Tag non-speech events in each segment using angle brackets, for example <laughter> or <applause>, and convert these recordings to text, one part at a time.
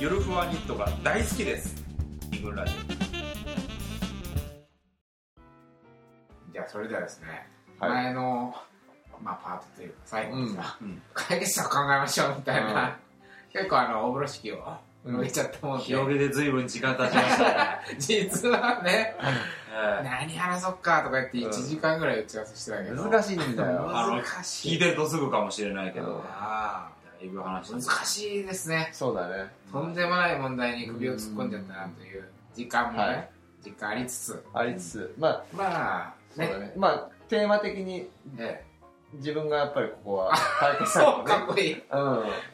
ゆるふわニットが大好きです二軍ラジじゃあそれではですね、はい前の、まあ、パートというか最後にさ、うんうん解決策考えましょうみたいな、結構あの大風呂敷を広げちゃったもんで、広げて随分時間経ちま <laughs> したね、実はねえ何話そうかとか言ってうん1時間ぐらい打ち合わせしてたけど、難しいんだえよあの難しい聞いてるとすぐかもしれないけど、うんだあいぶ話しーた難しいですねそうだねとんでもない問題に首を突っ込んじゃったなという時間もね、はい時間ありつつありつつまあまあそうだねねまあテーマ的にええ自分がやっぱりここは解決 <laughs> 策そをうねかっこいい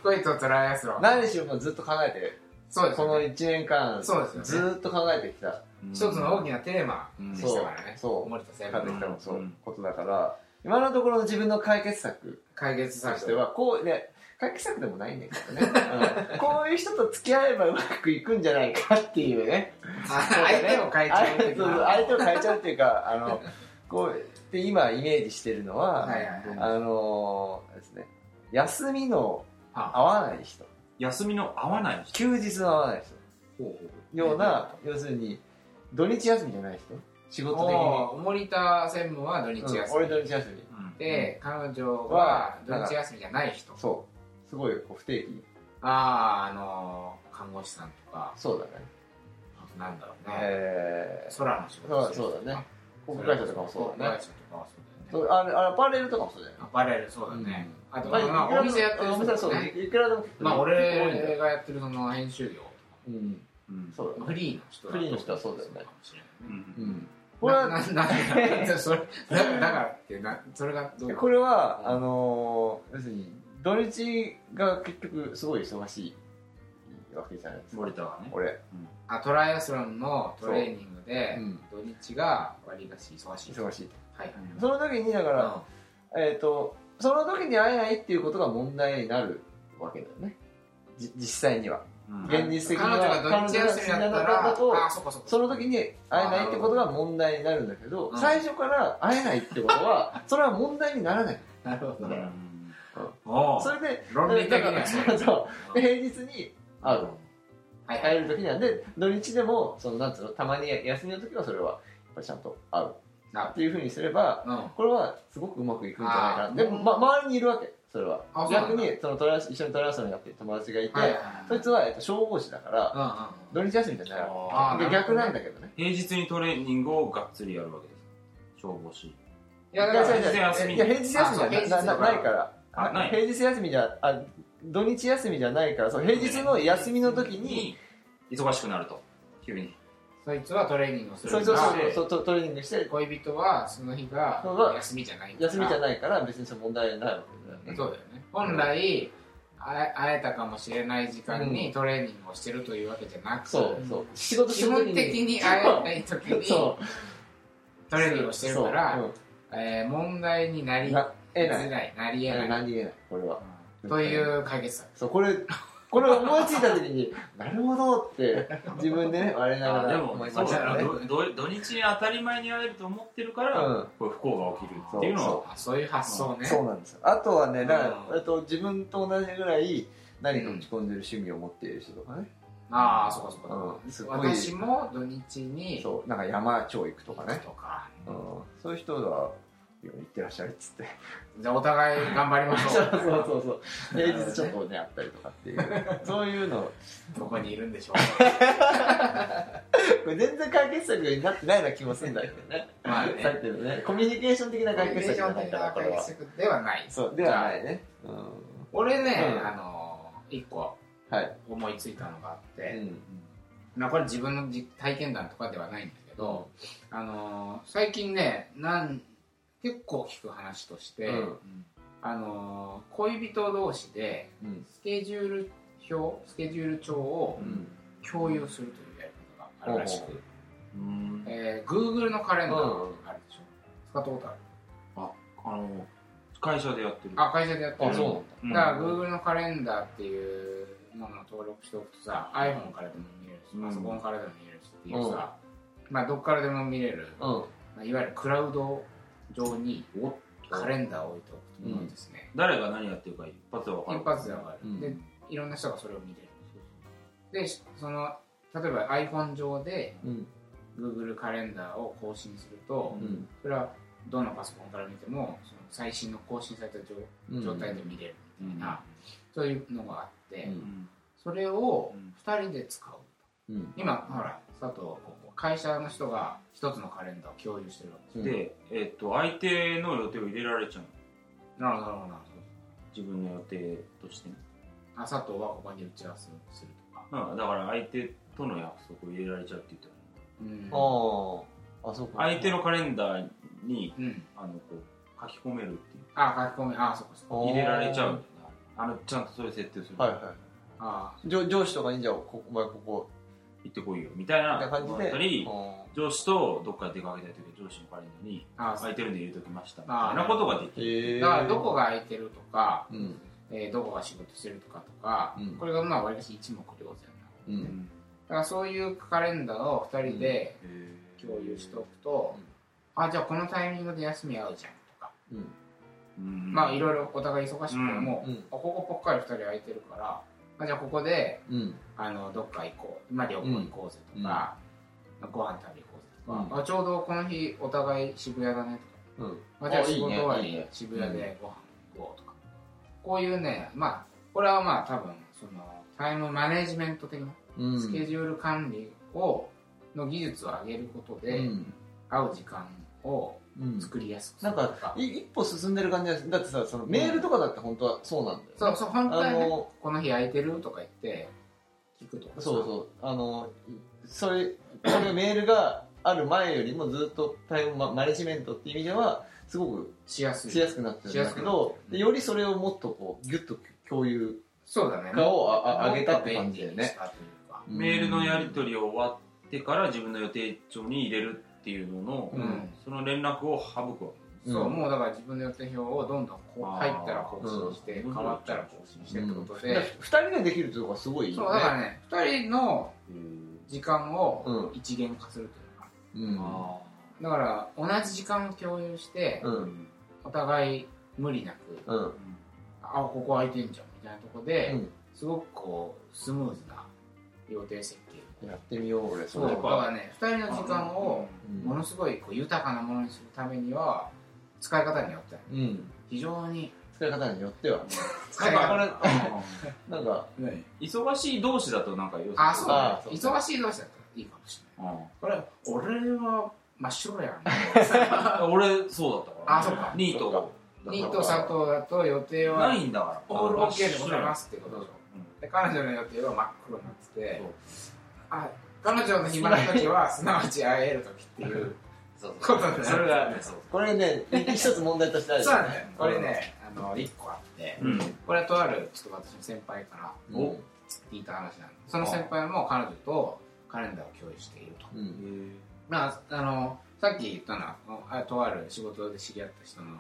恋とトライアスロうんン何しようかずっと考えてそうですこよのね1年間そうですよねずーっと考えてきたうん一つの大きなテーマうんでしそたうからね、そう森田先考え輩てのきたのそううんことだから今のところの自分の解決策解決と策して <laughs> はこうね解決策でもないんだけどね、うんこういう人と付き合えばうまくいくんじゃないかっていうねあ相手を変えちゃう的相手そうそうな相手を変えちゃうっていうかあのこうで今イメージしてるのは、はいはいはいあのーですね休みの合あわない人休みの合わない人休日の合わないほうほ人ような要するに土日休みじゃない人仕う事的におー森田専務は土日休み、うん俺土日休みうんで彼女は土日休みじゃない人そうすごいこう不定期あああのー看護師さんとかそうだねあとなんだろうね、えー、空の仕事してる人そうだね航空会社とかもそうだ航空ね会社とかはそそだうよねうあれあれアパレルとかもそうだよねアパレルそうだね、あと、まあいくらでもお店やってるお店は人そもうだねねいくらでも結構まあ多いんだ俺よがやってるその編集業うんうんそうだフねリーの人だとフリーの人はそうだよかねもしれないねうんうんこれなはななんだ <laughs> それだだからってなそれがどうこれは、うんあのー要するに土日が結局すごい忙しいわけじゃないですか森田はね俺、あトライアスロンのトレーニングうで、ん、土日が割りがし忙しい忙しいはいはいその時にだから、えっ、とその時に会えないっていうことが問題になるわけだよねじ実際にはうん現実的には彼女が土日休みだった彼女らがそうあそこそこその時に会えないってことが問題になるんだけどうん最初から会えないってことはそれは問題にならないなるほうどねんおうそれで論理的だにかはらねそうそううんで平日に会うのはいは会えいる時なんで土日でもそのなんつうのたまに休みの時はそれはやっぱりちゃんと会う会うっていうふうにすればうんこれはすごくうまくいくんじゃないかあなーでも、ま、周りにいるわけそれはあそうなんだ逆にそのトライアス一緒にトライアスロンやってる友達がいて、はいはいはいそいつは、えっと、消防士だからうんうん土日休みじゃないわあーけでなるほど逆ねなんだけどね平日にトレーニングをがっつりやるわけです消防士いやいだやか違らう違平日休みういや平日休みじゃあそう平な日ななないからあない平日休みじゃあ土日休みじゃないからそう平日の休みの時に忙しくなると急にそいつはトレーニングをするかそうらそうそうそうトトレーニングして恋人はその日がそうそう休みじゃないから休みじゃないから別にその問題ないわけだよねそうだよね本来あえ会えたかもしれない時間にトレーニングをしてるというわけじゃなくそうそう仕事して基る時本的に会えない時にト <laughs> そうレーニングをしてるから、そうえー問題になうりん、なえづならいいなりええない何言えないこれはという解決策そうこれこれ思いついた時に <laughs> なるほどって自分でね我ながあでらも思いそまうしただよねねどど土日に当たり前に会えると思ってるから、うんこういう不幸が起きるっていうのはそあそういう発想ね、そうなんですよあとはねだからうんえっと自分と同じぐらい何か打ち込んでる趣味を持っている人とかねああそうかそうか、うんすごい私も土日にそうなんか山町行くと行かくね、とか、うん、そういう人が「いや行ってらっしゃい」っつってじゃあお互い頑張りまし <laughs> そょううそうそうそう平日ちょっとねあったりとかっ <laughs> ていうそういうのどこにいるんでしょ <laughs> これ全然解決策になってないような気もするんだけどねうまあねさっきのねコミュニケーション的な解決策じゃないからこれは解決策ではないそうではないねうん俺ね、うんあの一個はい、思いついたのがあって、うん、まあこれ自分のじ体験談とかではないんだけど、あの最近ねなん結構聞く話として、うんあの恋人同士でうんスケジュール表スケジュール帳をうん共有するというやり方があるらしく、うんえー Google のカレンダーってあるでしょ、使ったことあるあの会社でやってるあ会社でやってるあそうなんだうんだから Google のカレンダーっていうものを登録しておくとさ iPhone からでも見れるしうんパソコンからでも見れるしっていうさ、まあどっからでも見れる、うんまあ、いわゆるクラウド上におっとカレンダーを置いておくとですね、誰が何やってるか一発で分かる一発で上がる、うんでいろんな人がそれを見れるでしその例えば iPhone 上でうん。 Google カレンダーを更新すると、うん。それはどのパソコンから見てもその最新の更新された状うん状態で見れるみたいな、そういうのがあって、うんそれをうん2人で使ううん。今ほら佐藤こう会社の人が一つのカレンダーを共有してるわけですよ、うんで、えっと、相手の予定を入れられちゃうのなるほどなるほどなる自分の予定としてね、ほどあ佐藤はここに打ち合わせをするとかうん、だから相手との約束を入れられちゃうって言ってもうんああ。あ、そうか。相手のカレンダーにうん、あのこう書き込めるっていうあ書き込みあそっかそっかおー入れられちゃうんだよねあのちゃんとそれ設定する、はいはあい。上上司とかにじゃあ、こお前ここ、行ってこいよみたいみたないな感のじがあで。ったりあ上司とどっか出かけたい時は上司のカレンダーにあ空いてるんで入れときましたみたあいなことがでーきるへえ。だからどこが空いてるとか、うん。えーどこが仕事してるとかとか、うんこれがまあわりかし一目瞭然なう。うんんだからそういうカレンダーを2人でへー共有しておくと、うんあじゃあこのタイミングで休み合うじゃんとか、うん。うんまあいろいろお互い忙しくても、うんうんあここぽっかり2人空いてるからあじゃあここでうん。あのどっか行こう、まあ、旅行行こうぜとか、ご飯食べ行こうぜとか、あちょうどこの日お互い渋谷だねとかうん。まあ、じゃああい仕い事ね終わいいりね渋谷でご飯行こうとか、こういうねまあこれはまあ多分そのタイムマネジメント的なうん。スケジュール管理をの技術を上げることで、うん。会う時間をうん。作りやすくすなるんとか,、か、い一歩進んでる感じがするだってさ、そのメールとかだって本当はそうなんだよね。そうそう本当はあねの、この日空いてるとか言って聞くとかそうそう。あの、それ、このメールがある前よりもずっとタイムママネジメントっていう意味では、すごくしやすいしやすくなってるんだけど、でよりそれをもっとこう、ギュッと共有。そうだね顔をああ上げたって感じだよねもっと便利メーにしたというかルのやり取りを終わってから自分の予定帳に入れるっていうのの、うんその連絡を省くわそう、うんもうだから自分の予定表をどんどんこうあー入ったら更新して、うん変わったら更新してってことだで、から二人でできるっていうのがすごいいいそうよだねからね2人のけ時間をう一元化するというか、うんあだから同じ時間を共有して、うーんお互い無理なく、うんあここ空いてんじゃんみたいなとこで、うんすごくこうスムーズな予定設計やってみよう俺そそうれだかからね2人の時間をうんものすごいこう豊かなものにするためには使い方によってはうん非常に使い方によっては使いなん方かこれあーなんかね忙しい同士だとなんかよあそうだ、あねそ、う忙しい同士だったらいいかもしれないこれ俺は真っ白やんうん俺そうだったから、あそうかニーそうかト <laughs> ニート佐藤だと予定なはいんだからオールあ OK でございますって真こっ白とやでしょで彼女の予定は真っ黒になっててそうあ彼女の暇な時 <laughs> はすなわち会える時っていうそうそうそうそれがねそうこれね一つ問題としてあるそうなんだよこれねあの1個あって、うんこれはとあるちょっと私の先輩からうんお聞いた話なんでその先輩も彼女とカレンダーを共有しているとうんまああのさっき言ったのはあとある仕事で知り合った人の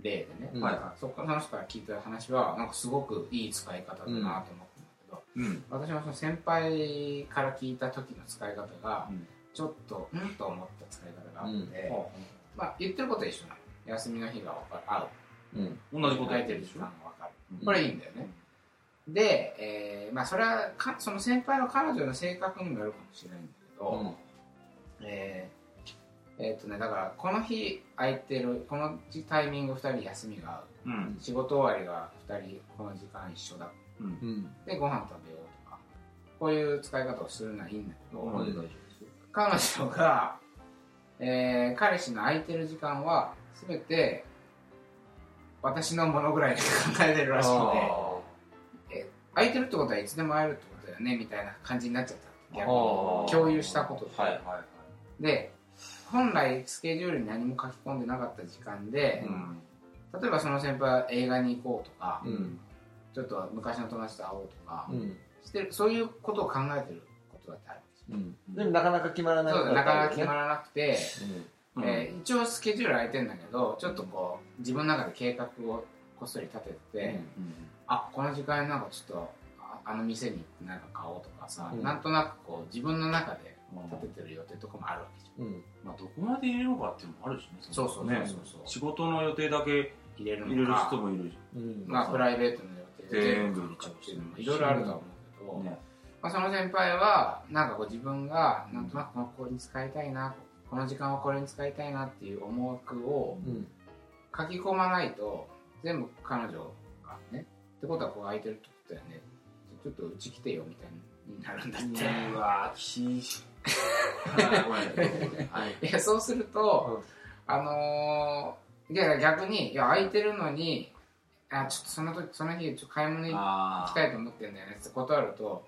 例でね、うんはいそこからその人から聞いた話はなんかすごくいい使い方だなと思ったんだけど、うん私もその先輩から聞いた時の使い方がちょっとうんと思った使い方があって、うんまあ言ってることは一緒なの休みの日が分かる合ううん同じこと答やえっててるるで時し間ょが分かるこれいいんだよね、で、えーまあ、それはかその先輩の彼女の性格にもよるかもしれないんだけど、うんえーえーっとねだからこの日空いてるこのタイミング2人休みがうん合う仕事終わりが2人この時間一緒だうんうんでご飯食べようとかこういう使い方をするのはいいんだけど、ここまで大丈夫ですよ彼女が、えー彼氏の空いてる時間は全て私のものぐらいで考えてるらしくてあ空いてるってことはいつでも会えるってことだよねみたいな感じになっちゃった逆にあー共有したことではいはいはいで本来スケジュールに何も書き込んでなかった時間でう、ん例えばその先輩は映画に行こうとか、うんちょっと昔の友達と会おうとか、うんしてるそういうことを考えてることだってあるんですようんでもなかなか決まらないそうだなかなか決まららなくて、うんえー一応スケジュール空いてんだけどちょっとこう自分の中で計画をこっそり立てて、うんあこの時間になんかちょっとああの店に行ってなんか買おうとかさ、うんなんとなくこう自分の中で立ててる予定とかもあるわけじゃんうんまあ、どこまで入れようかっていうのもあるしねそうそうそうそうそうね仕事の予定だけ入れるのか入れる人もいるし、うんまあ、プライベートの予定で全部とかっていうのもいろいろあるとは思うけど、ねまあ、その先輩はなんかこう自分がなんとなくこの子に使いたいなこの時間をこれに使いたいなっていう思惑をうん書き込まないと全部彼女がねってことはこう空いてるってことだよねちょっとうち来てよみたいになるんだって、うわー、きしはいごめんなさいはい。 <laughs> いやそうすると、あのーいや逆にいや空いてるのにあちょっとその時その日ちょっと買い物行行あきーたいと思ってんだよねって断ると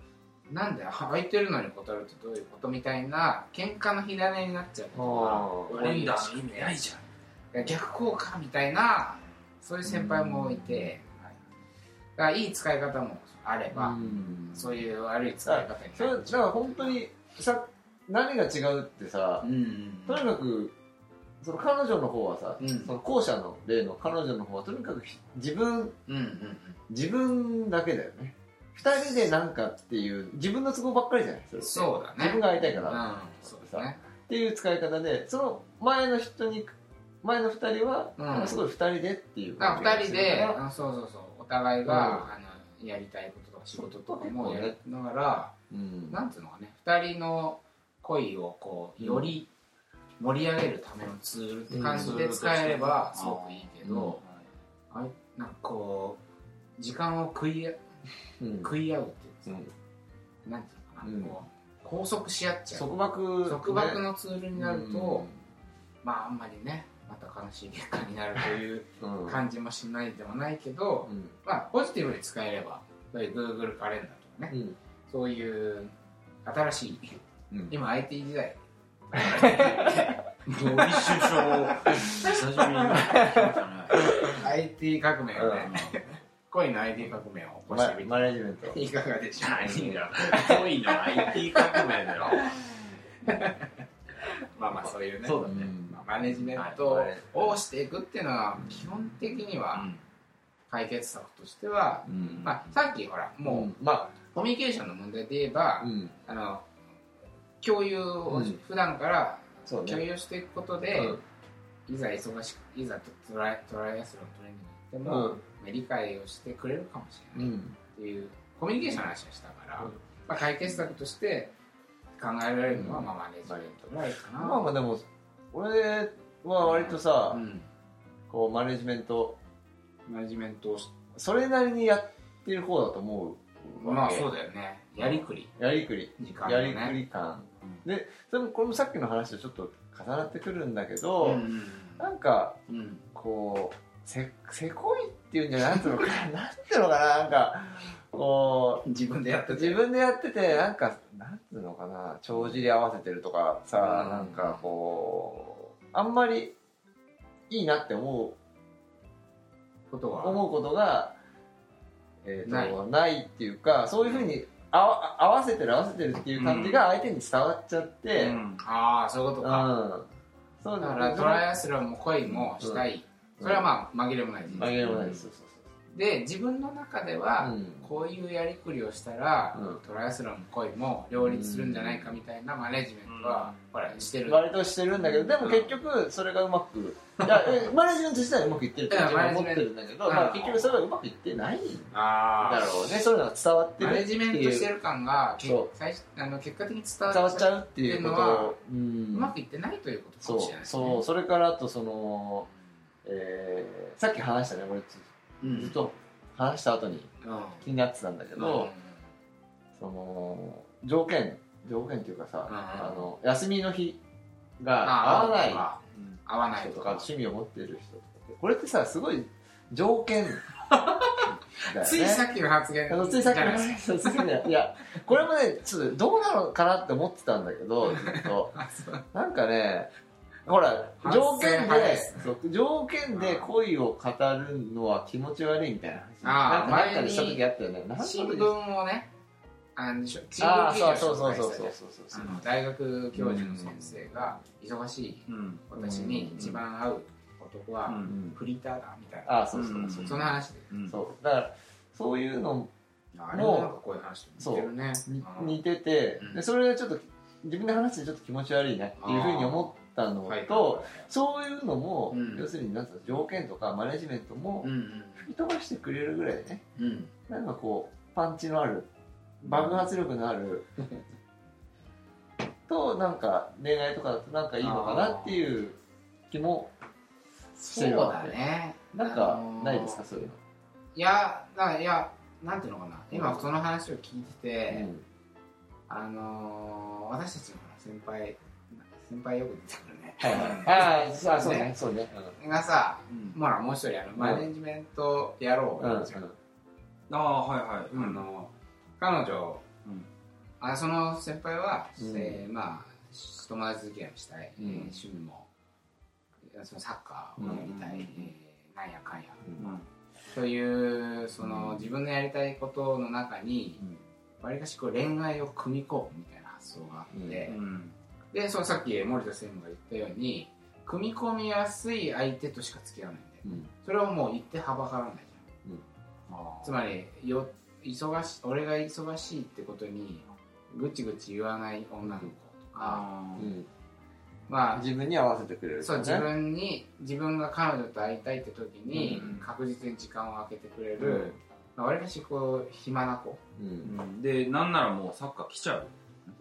なんであ空いてるのに断るってどういうことみたいな喧嘩の火種になっちゃうことあが俺多いにらだしく意味ないじゃん。て逆効果みたいなそういう先輩もいて、はいだからいい使い方もあれば、うんそそういう悪い使い方にれだから本当にさ何が違うってさうんうんとにかくその彼女の方はさ、うんその後者の例の彼女の方はとにかくひ自分うんうん自分だけだよね二人でなんかっていう自分の都合ばっかりじゃないそれうんってそうだね自分が会いたいから、うんそうですねっていう使い方でその前の人に前の二人は、うんなんかすごい二人でっていうだ感から2人じがするかでらあそうそうそうお互いが、あのやりたいこととか仕事とかもやりながら、うんなんていうのかね2人の恋をこうより盛り上げるためのツールって感じで使えればうんすごくいいけど、あれなんかこう時間を食いあうん食い合うっていううんかなんていうのかな、うんこう拘束し合っちゃう束縛束縛ねのツールになると、まああんまりねまた悲しい結果になるといううんうん感じもしないでもないけど、うんまあ、ポジティブに使えれば、そういう Google カレンダーとかね、うんそういう新しい、うん今 IT 時代、森首相、久しぶりに聞きましたね。 IT 革命をね、うん恋の IT 革命を起こマしてみマネジメントて、いかがでしょ何うか。が恋の IT 革命だよ。まあまあ、そういうね、そうだうね。んまあマネジメントをしていくっていうのは、基本的には解決策としては、うんまあ、さっきほら、もうもう、まコミュニケーションの問題で言えばあ、うんあの、共有をうん普段からそう共ね有していくことうで、んいざ忙しくいざトライトライアスロントレーニングに行ってうも、まんあ理解をしてくれるかもしうれないっんていう、コミュニケーションの話をしたから、うんまあ、解決策として考えられるのは、まあ、マネジメントぐらいかな、まあまあでも俺は割とさうん、こうマネジメントマネジメントをしそれなりにやってる方だと思うまわあけそうだよねやりくりやりくり時間やをりくねり感でそれもこれもさっきの話とちょっと重なってくるんだけうど、んなんかうんうんこうせせこいっていうんじゃないのかななんていうのかななんかこう自分でやって自分でやっててなんかなんていうのかな帳尻合わせてるとかさ、うんなんかこうあんまりいいなって思ことうは思うことが、えーとないないっていうかそういうふうに合わ合わせてる合わせてるっていう感じが相手に伝わっちゃって、うんああそういうことか、うんそうだかならんトライアスロンも恋もしたい、それはまあ紛れもないですあ紛れもないです。そうそうで自分の中でそう。は、ん。こういうやりくりをしたら、うんトライアスロンも恋も両立するんじゃないかみたいなマネジメントは、ほらしてる、割としてるんだけど、でも結局それがうまく、いやえマネジメント自体はうまくいってるってうん自分は思ってるんだけマネジメントど、まうあん結局それはうまくいってないんだあろうね。そういうのが伝わってマるネってジメントいしてう。る感がけそう最初あの結果的に伝わっち伝ゃわうっちゃうっていうことを、ううんまくいってないということかそもうしれないですねそうそれからあとその、えーさっき話したね俺ずうんうんずっと話した後にうん気になってたんだけうんど、その条件条件っていうかさ、うんあの休みの日があ合わないとか合わない人ととかか趣味を持っている人とかこれってさすごい条 <laughs> 件だよねついさっきの発言あのついさっきのじゃない <laughs> 話ですねいやこれもねちょっとどうなのかなって思ってたんだけ <laughs> どずっとあそうなんかねほら反省条件派でですそう条件で恋を語るのは気持ち悪いみたいな話あーなんかなんかでした時あったよねなんかで新聞をねあのしょ新聞ああ記事をそうそう紹そう介そうしたそじゃうんそうそうあの大学教授の先生が忙しい私に一番合う男うはんフリーターだみたいな、ああそうそうそううんその話で、うんそうだからそういうのあれもなんかこういう話と似てるねにうん似てて、うんでそれがちょっと自分で話してちょっと気持ち悪いなっていうふうに思ったのと、はいそういうのも、うん要するになんつうの条件とかマネジメントもうんうん吹き飛ばしてくれるぐらいでねうんなんかこうパンチのある爆発力のあ <laughs> るとなんか恋愛とかだとなんかいいのかなっていう気もそうだねなんかあのーないですかそういうの、いやだからいやなんていうのかな今その話を聞いてて、うんあのー、私たちの先輩先輩よく出てくるねはいはい、あーあそうねそうねがさうんまあもう一人あのマネジメントやろううん、うんがいうんるじゃんああはいはい、うあん、の彼女、うんあその先輩は、うんえーまあ友達付き合いもしたい、うんえー趣味もそのサッカーをやりたい、うんえーなんやかんやうんというその、うん自分のやりたいことの中にうんわりかしこう恋愛を組み込むみたいな発想があって、うんでそのさっき森田専務が言ったように組み込みやすい相手としか付き合わないんでうんそれはもう言ってはばからないじゃんあつまりよ忙し俺が忙しいってことにぐちぐち言わない女の子とか、あうんまあ自分に合わせてくれるそう人自ね分に自分が彼女と会いたいって時にうん確実に時間を空けてくれうる、まあ、割かしこう暇な子んうんうんでなんならもうサッカー来ちゃう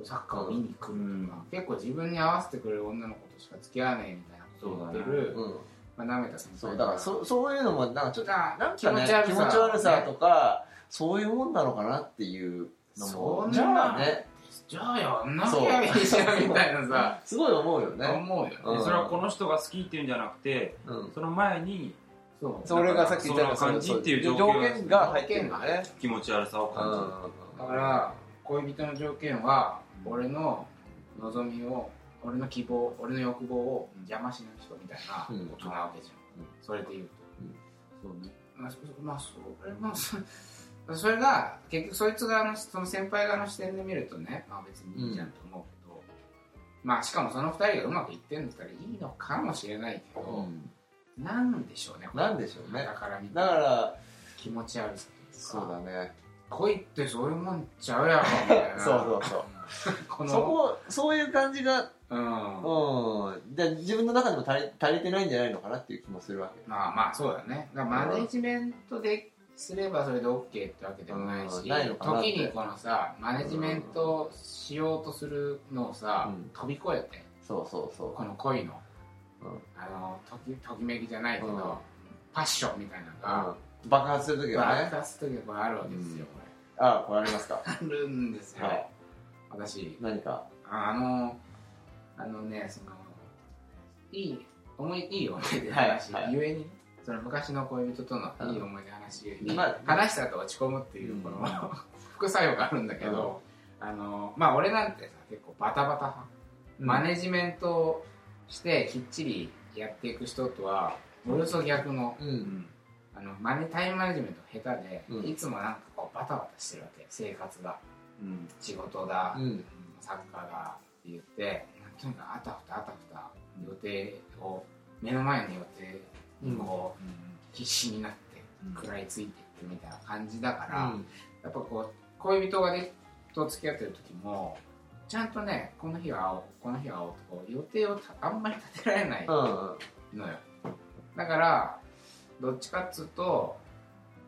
サッカーを見に来るとか、うん結構自分に合わせてくれる女の子としか付き合わないみたいなことを言ってる、うんまあ、なめた先輩そうだからそそういうのもなんかちょっとななんかね、気気持持ちち悪悪ささとか、そういうもんなのかなっていうのそも、んなじゃあね、じゃあやんなきゃいいじゃんみたいなさすごい思うよ <laughs> ね。思うよね、うんでそれはこの人が好きっていうんじゃなくてうん。その前にそうそれがさっき言ったそんな感じっていうそ条件条件が入ってるんだね。気持ち悪さをうん。感だから恋人の条件は俺の望みを俺の希望俺の欲望を邪魔しない人みたいなうんことなわけじゃん、うんそれで言うとじるそうねまあそまあそれまあそそれが結局そいつ側のその先輩側の視点で見るとね、まあ、別にいいじゃんと思うけど、まあしかもその2人がうまくいってんだったらいいのかもしれないけうど、んなんでしょうねこれなんでしょうねだから見ただから、気持ち悪さというかそうだね。恋ってそういうもんちゃうやろみたいな <laughs> そうそうそう。このそこ、そういう感じが、うんまうん。で自分の中でも足り足りてないんじゃないのかなっていう気もするわけ。あまあそうだねだからマネジメントですればそれで OK ってわけでもないし、うんないのかなって時にこのさマネジメントしようとするのをさ、うん飛び越えてそうそうそこの恋の、うんあのときときめきじゃないけど、うんパッションみたいなのう。が、うん爆発するとき爆はね。発する時がこれあるわけですよ、あ、これありますか。これあるんですよ、はい私何か。あのあのねそのいい思いいい思い出のはい話、はいゆえにねその昔の恋人とのいい思い出の話ゆえに、まあ話した後落ち込むっていうこの、副作用があるんだけど、あのまあ俺なんてさ結構バタバタ派、マネジメントをしてきっちりやっていく人とはおよそ逆のう。うんんあのマネタイムマネジメント下手で、うんいつもなんかこうバタバタしてるわけ生活がうん仕事だ、うん。サッカーだって言ってとにかくあたふたあたふた予定を目の前の予定にこう、必死になってうん食らいついていってみたいな感じだから、うんやっぱこう恋人がでと付き合ってる時もちゃんとねこの日は会おうこの日は会おうとこう予定をたあんまり立てられないうんのよだからどっちかっつうと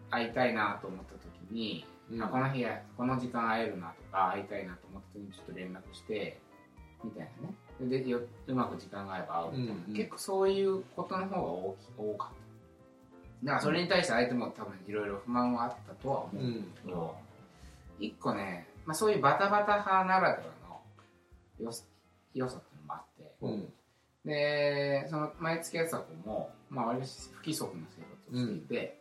会いたいなと思った時にうんあこの日やこの時間会えるなとか会いたいなと思った時にちょっと連絡してみたいなねでようまく時間が合えば会うみたいな、うんうん結構そういうことの方が大き多かっただからそれに対して相手も多分いろいろ不満はあったとは思ううんんだけど、一個ね、まあ、そういうバタバタ派ならではのよ良さっていうのもあってうんでその前付き合ってた子も、まあ、割と不規則な生活をしていて、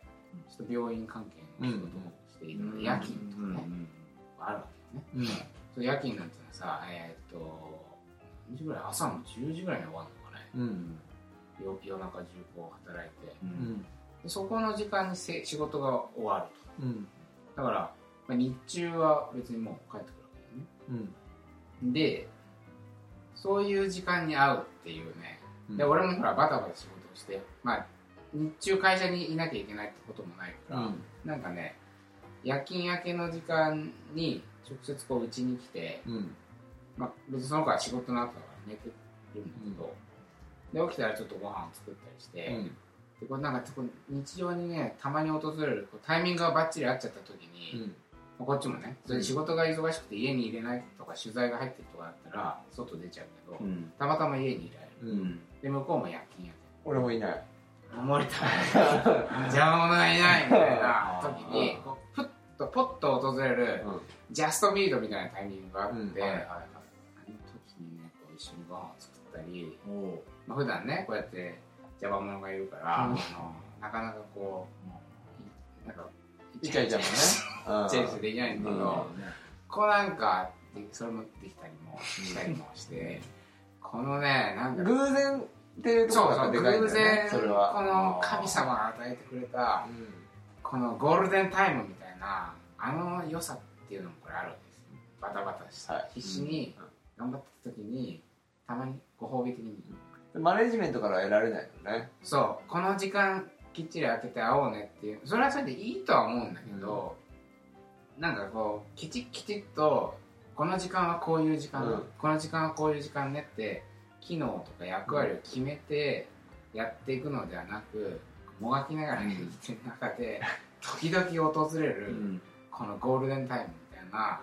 ちょっと病院関係の仕事もしているので、夜勤とかね、あるわけよねうんその夜勤なんてのはさえーっと何時ぐらい朝の10時ぐらいに終わるのかねうん夜夜中重工働いてううんんでそこの時間にせ仕事が終わるうんとだから、まあ、日中は別にもう帰ってくるわけだよねうんでそういう時間に会うっていうねうんで俺もほらバタバタ仕事をしてまあ日中会社にいなきゃいけないってこともないから、うんなんかね夜勤明けの時間に直接こううちに来てうんまあ、別にその子は仕事の後だから寝てるんだけど、で起きたらちょっとご飯作ったりして、うんでこれなんかこう日常にねたまに訪れるこうタイミングがバッチリ合っちゃった時うに、んまあこっちもねそれで仕事が忙しくて家に入れないとか取材が入ってるとかだったら外出ちゃうけど、うんたまたま家にいられるうん。で向こうも夜勤やって俺もいない。守りたい邪魔者がいないみたいな時にうんこうプッとポッと訪れるうんジャストミートみたいなタイミングがあって、うあんの時にねこう一緒にご飯を作ったりおおまあ、普段ねこうやって邪魔者がいるから、うあんのなかなかこうなんかイチャイチャもね。 <laughs> うんチェンジできないんだけど、うんこうなんかそれもできたりもしたりも <laughs> して、このねなんか偶然っていうとこそうろそがうでかいん偶だよ然ね。それは。この神様が与えてくれたうん。このゴールデンタイムみたいなあの良さっていうのもこれあるんですよバタバタして、はい必死に頑張ってた時にたまにご褒美的にマネジメントから得られないのね。そうこの時間きっちり当てて会おうねっていうそれはそれでいいとは思うんだけど、なんかこうきちっきちっとこの時間はこういう時間だ、うんこの時間はこういう時間ねって機能とか役割を決めてやっていくのではなくもがきながら生きてる中 <laughs> で時々訪れうるんこのゴールデンタイムみたいな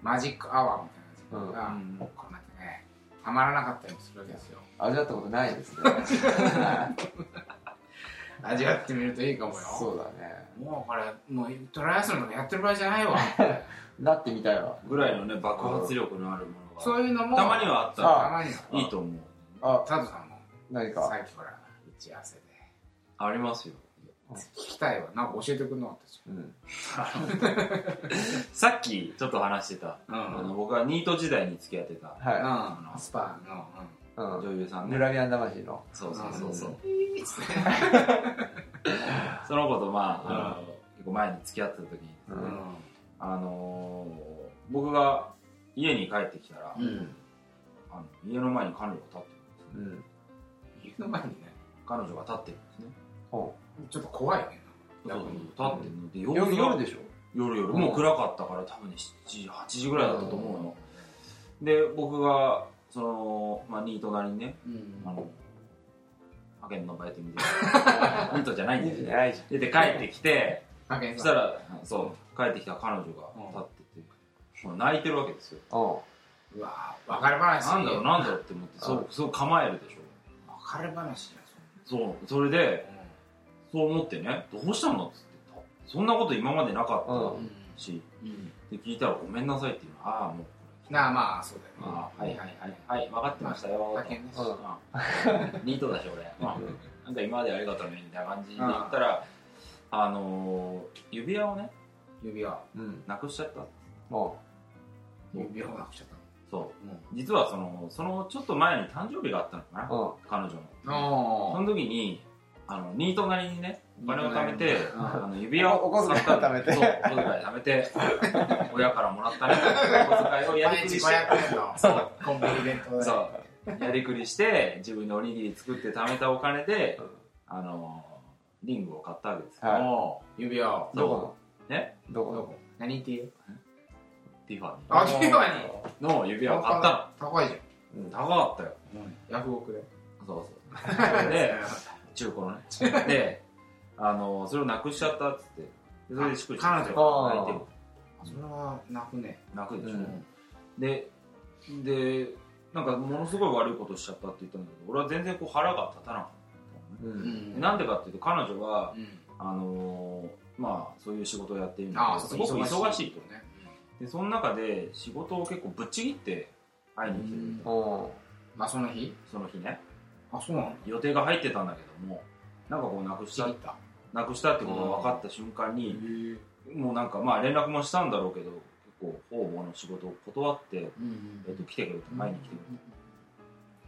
マジックアワーみたいな時間が、うんこうなってねたまらなかったりもするわけですよ味わったことないですね。味わってみるといいかもよそうだね。もうこれもうトライアスロンとかやってる場合じゃない <laughs> わなってみたいわ。ぐらいのね爆発力のあるものがそういうのもたまにはあったたらまにあはいいと思うあ、佐藤さんも何さか。っきほら打ち合わせでありますよ聞きたいわなんか教えてくんなかったしうん。さっきちょっと話してた、うんあの僕がニート時代に付き合ってたはうんスパのい。うん。女優さんねグラビアン魂の。そうそうそうそう、うん <laughs> その子とまああの、結構前に付き合ってた時に、う。うんあのー僕が家に帰ってきたら、んあの家の前に彼女が立ってるんですねうん。言うの前にね彼女が立ってるんですねほちょっと怖いよねそう逆にそう立ってるうので様夜子が夜でしょ夜夜もう暗かったから多分ね7時8時ぐらいだったと思うの、で僕がその、まあ、ニートなりにねうんあの派遣のバイトに出 <laughs> てニートじゃないんだよねないじ出て帰ってきてそ派遣しさたんらそう帰ってきた彼女が立ってて、もう泣いてるわけですよゃん。うん。うわぁ別れ話なんだろうなんだろうって思ってそううそう構えるでしょ別れ話やそうそれでそそう思ってねどうしたのっつってそんなこと今までなかうっんんたし、うんで聞いたらごめんなさいっていうのああもうなあまあそうだよねああはいはいはいはい分かってましたよ派遣だしうんうんニートだし俺、うんなんか今までありがとうねみたいな感じで言ったらあのー指輪をね指輪うん。なくしちゃったも指輪がなくしちゃったそうの実はそのそのちょっと前に誕生日があったのかな、う。うん。彼女のあその時にあのニートなりにねお金を貯めてうんあの指輪をお小遣いを買った貯めてそうお小遣い貯めて親からもらったねお小遣いをやりく毎日りし500円のそうコンビニ弁当代そうやりくりして自分でおにぎり作って貯めたお金でうんあのリングを買ったわけですよ、はいおう指輪をどこのえどこどのこ何系ティファあティファニニーの指輪を買った高いじうのん高かったよゃん、ヤフオクでそうそうで中古のねであのそれをなくしちゃったっつってでそれでしくしくあ彼女泣いてるそれは泣くね泣くでしょ、うんででなんかものすごい悪いことしちゃったって言ったんだけど俺は全然こう腹が立たなかったのねう。うんでんなんでかっていうと彼女はうんあのーまあそういう仕事をやっているあのあですごく忙しいとねでその中で仕事を結構ぶっちぎって会いに来てるみたいうん。まあその日その日ねあそうなの予定が入ってたんだけどもなんかこうなくしちたぎったなくしたってことが分かった瞬間へにえもうなんかまあ連絡もしたんだろうけど結構方々の仕事を断って、うんえっと来てくれと会いに来てくれ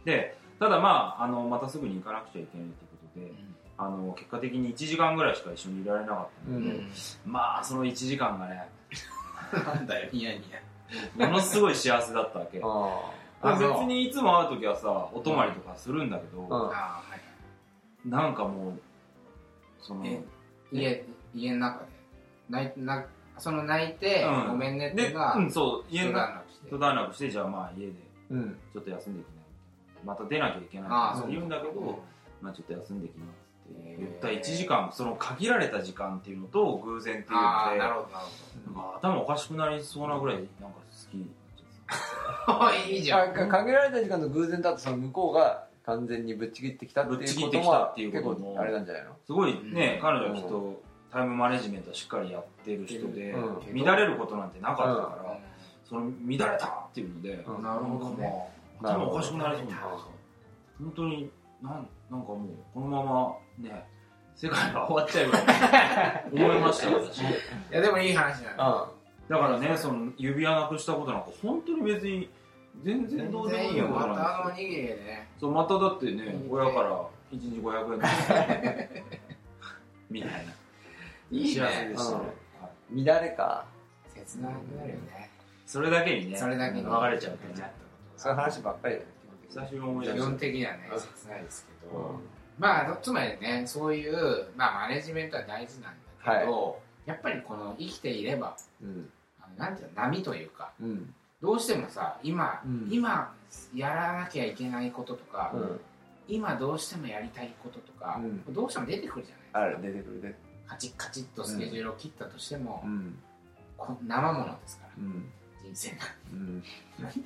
でただまああのまたすぐに行かなくちゃいけないってことであの結果的に1時間ぐらいしか一緒にいられなかったうので、ん。まあその1時間がねなんだよニヤニヤ <laughs> ものすごい幸せだったわ <laughs> けああそう別にいつも会う時はさお泊まりとかするんだけど、あ。うああん。はいなんかもうそのえ家家の中で泣いなその泣いてうんごめんねっていで、うのがうん、そう家一の段落して途段落してじゃあまあ家でうん。ちょっと休んできなまた出なきゃいけないああそう言うんだけど、うんまあ、ちょっと休んできますって言った1時間その限られた時間っていうのと偶然っていうああ、なのるほど、なるでなんか頭おかしくなりそうなぐらいなんか好きになっちゃってほど。 <laughs> いいじゃあん。か限られた時間の偶然だとその向こうが完全にぶっちぎってきたってぶっいちうぎこってときたもっていう結ことも構あれなんじゃないのすごいね、うん彼女はきっとタイムマネジメントはしっかりやってる人で、う乱れることなんてなかったから、うその乱れたっていうので、うんなるほどね。なんかもう頭おなるほどかしくなりそうな本当になんなんかもうこのままね世界が終わっちゃえば思いました私いや、でもいい話だね。だからねその指輪なくしたことなんか本当に別に全然どうでもいいよまなんたあでのおにぎりでね。すよそうまただってね親から1日500円でみたいないい幸せねで。したね、うんはいうん乱れか切なくなるよね。それだけにねそれだけに。別れちゃうと別れねそういう話ばっかりだよ久しぶりに思い基出し本た的にはねうん、切ないですけうどん。まあ、つまりね、そういう、まあ、マネジメントは大事なんだけど、やっぱりこの生きていれば、うんあのなんていうの波というか、うんどうしてもさ今、うん今やらなきゃいけないこととか、うん今どうしてもやりたいこととか、うどうしても出てくるじゃなあいですかる出てくるねカチッカチッとスケジュールを切ったとしても、うんこ生ものですからうん人生うんがなん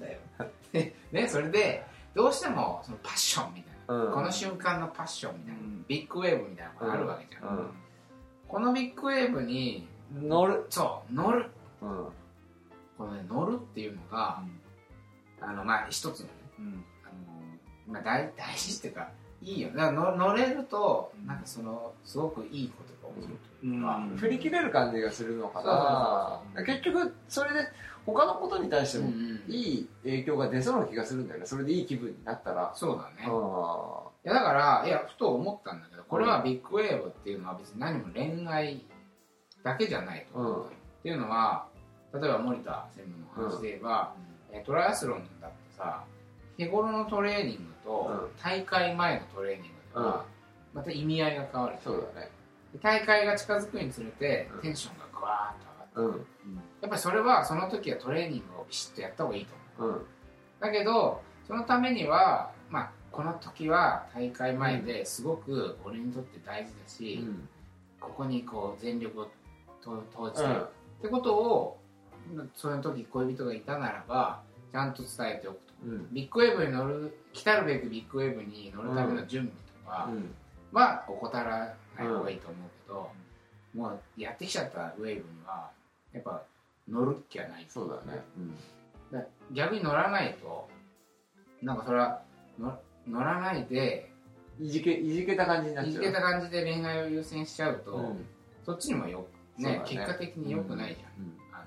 だよねそれ <laughs> でどうしてもそのパッションみたいな、うんこの瞬間のパッションみたいな、うんビッグウェーブみたいなのがあるわけじゃん、うんこのビッグウェーブに乗るそう乗るうんこのね乗るっていうのが、あのまあ一つのねうんあのまあ、大 <laughs> 大事っていうかいいよだからの乗れるとうんなんかそのすごくいいことが起きるというか、うん振り切れる感じがするのかそうそうそうそうな結局それで他のことに対してうもんいい影響が出そうな気がするんだよねそれでいい気分になったらそうだね、ういんやだからいやふと思ったんだけどこれはビッグウェーブっていうのは別に何も恋愛だけじゃないと思うんだよ、っていうのは例えば森田専務の話で言えば、えトライアスロンだってさ日頃のトレーニングと大会前のトレーニングではまた意味合いが変わるそうだねで大会が近づくにつれてうんテンションがグワーッと上がってうんやっぱりそれはその時はトレーニングをビシッとやった方がいいと思うんうだけどそのためにはまあこの時は大会前ですごく俺にとって大事だうし、んここにこう全力を投投じたい、ってことをその時恋人がいたならばちゃんと伝えておくとうんビッグウェーブに乗る来たるべくビッグウェーブに乗るための準備とかうんは怠らない方がいいと思うけど、もうやってきちゃったウェーブにはやっぱ乗る気はないそうだねうんだ逆に乗らないとなんかそれはの乗らないでいじけいじけた感じになっいちじゃうけた感じで恋愛を優先しちゃうと、うんそっちにもよく、そうねだね結果的に良くないじゃん、うんあの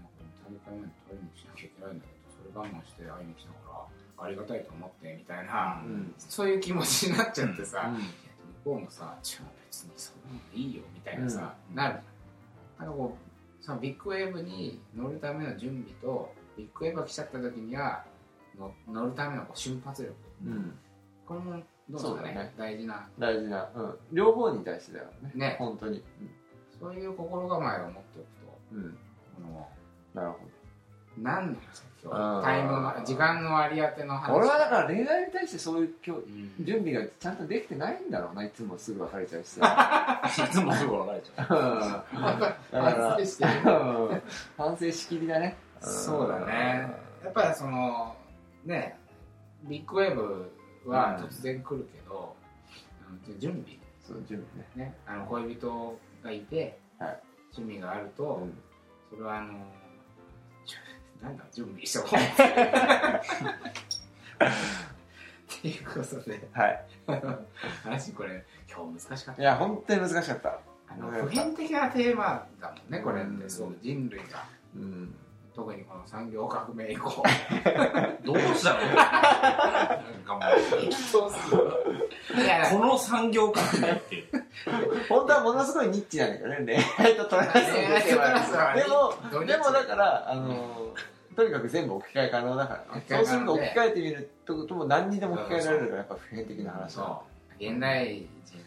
なんか大会前にトレーニングしなきゃいけないんだけどそれ我慢して会いに来たからありがたいと思ってみたいな、うんそういう気持ちになっちゃってうさ、ん向こうもさ「違う別にそんなのいいよ」みたいなさ、うんなるじゃんなんかこうそのビッグウェーブに乗るための準備とビッグウェーブが来ちゃった時にはの乗るためのこう瞬発力うんこれもどうですかねそうだね大事な大事なうん両方に対してだよねね本当にそういう心構えを持っておくとうんうんこのなるほ何なんですか今あ日ータイムの時間の割り当ての話ど俺はだから恋愛に対してそういう今日うん準備がちゃんとできてないんだろうないつもすぐ別れちゃうしさいつもすぐ別れちゃうんだから反省してるうん反省しきりだねそうだねやっぱりそのねビッグウェーブは突然来るけど、あの準備そう準備ねね、あの恋人がいて、はい趣味があると、うんそれはあの <laughs> ちょなんだ準備しておこうっていうことではいあの話これ今日難しかっいたや本当に難しかったあの普遍的なテーマだもんねこれってすごく人類がうん特にこの産業革命以降うどうした <laughs> のなんかもうそうするいやこの産業革命って本当はものすごいニッチなんだけどね恋愛とトライアスロンのテーマは恋愛でともでもだからあうのとにかく全部置き換え可能だからね置き換え可能そうですると置き換えてみるとことも何にでも置き換えられるからやっぱ普遍的な話だそう現代人や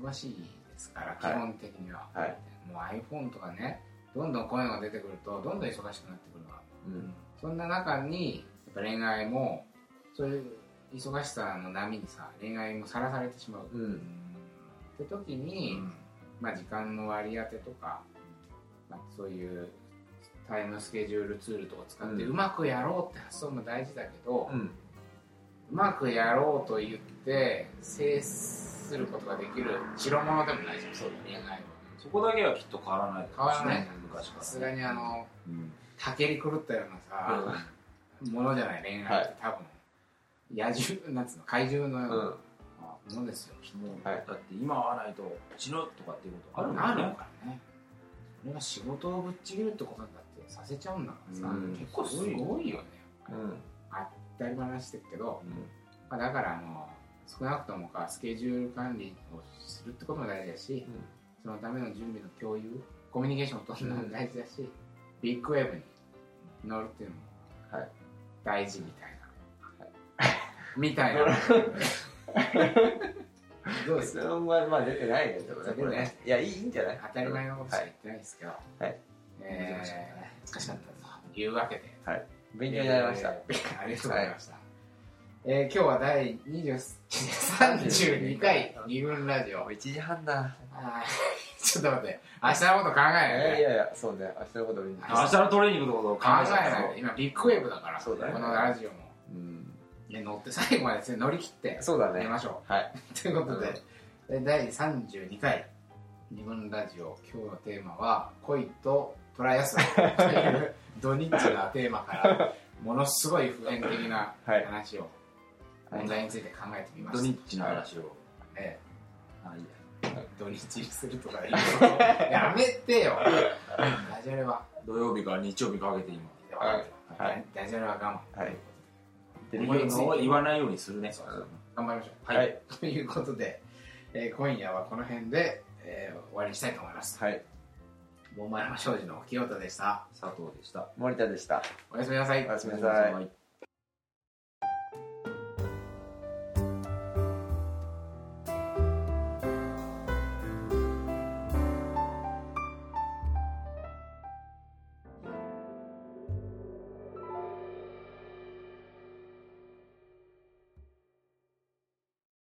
っぱ忙しいですから、はい基本的には、はいもう iPhone とかねどんどんこういうのが出てくるとどんどん忙しくなってくるわうんそんな中にやっぱ恋愛もそういう忙しさの波にさ恋愛もさらされてしまううんって時に、まあ、時間の割り当てとか、まあ、そういうタイムスケジュールツールとか使ってうんうまくやろうって発想も大事だけど、うんうまくやろうと言って制することができる代物でもないじゃんそうだねないそこだけはきっと変わらない変わらないね昔からさすがにあのうんたけり狂ったようなさ、ものじゃない恋愛って多分、野獣なんつうの怪獣のよううんなものですよ、もうはいだって今会わないと死ぬとかっていうことあるもんあるねからねそれが仕事をぶっちぎるってことだってさせちゃうんだからさ、うん結構すごいよねうん当たり前してるけど、まあ、だからあの少なくともかスケジュール管理をするってことも大事だし、うんそのための準備の共有コミュニケーションを取るのも大事だし、ビッグウェブに乗るっていうのもはい大事みたいな、みたいなどうです結論はまあ出てないねでもねこれねいやいいいいんじゃない当たり前のことしか言ってないですけど、はいえー、難しかったというわけで勉強になりました、えーありがとうございました。えー今日は第20 32回二軍ラジオ。もう1時半だあーちょっと待って、明日のこと考えいないやいでね。やいやそうね明日のこと見にはい明日のトレーニングのことを考考ええたらないで。今、ビッグウェーブだから、そうだねこのラジオも。うんね、乗って、最後までですね乗り切って、そうだやねりましょはい、う。ということで、え第32回二軍ラジオ、今日のテーマは、恋とトライアスロンという土日のテーマ <laughs> から、ものすごい普遍的なはい話を、はい問題について考えてみま土した。日の話をえあいいやえ土日にするとかでいいの <laughs> やめてよダジャレは土曜日から日曜日かけて今いはいダジャレは我はい、こういうのを言わないようにするねそうそう慢頑張りましょう、はいはい、という <laughs> ことで、えー今夜はこの辺で、えー終わりにしたいと思いますはい、桃山商事の清田でした佐藤でした森田でしたおやすみなさいおやすみなお疲れさい様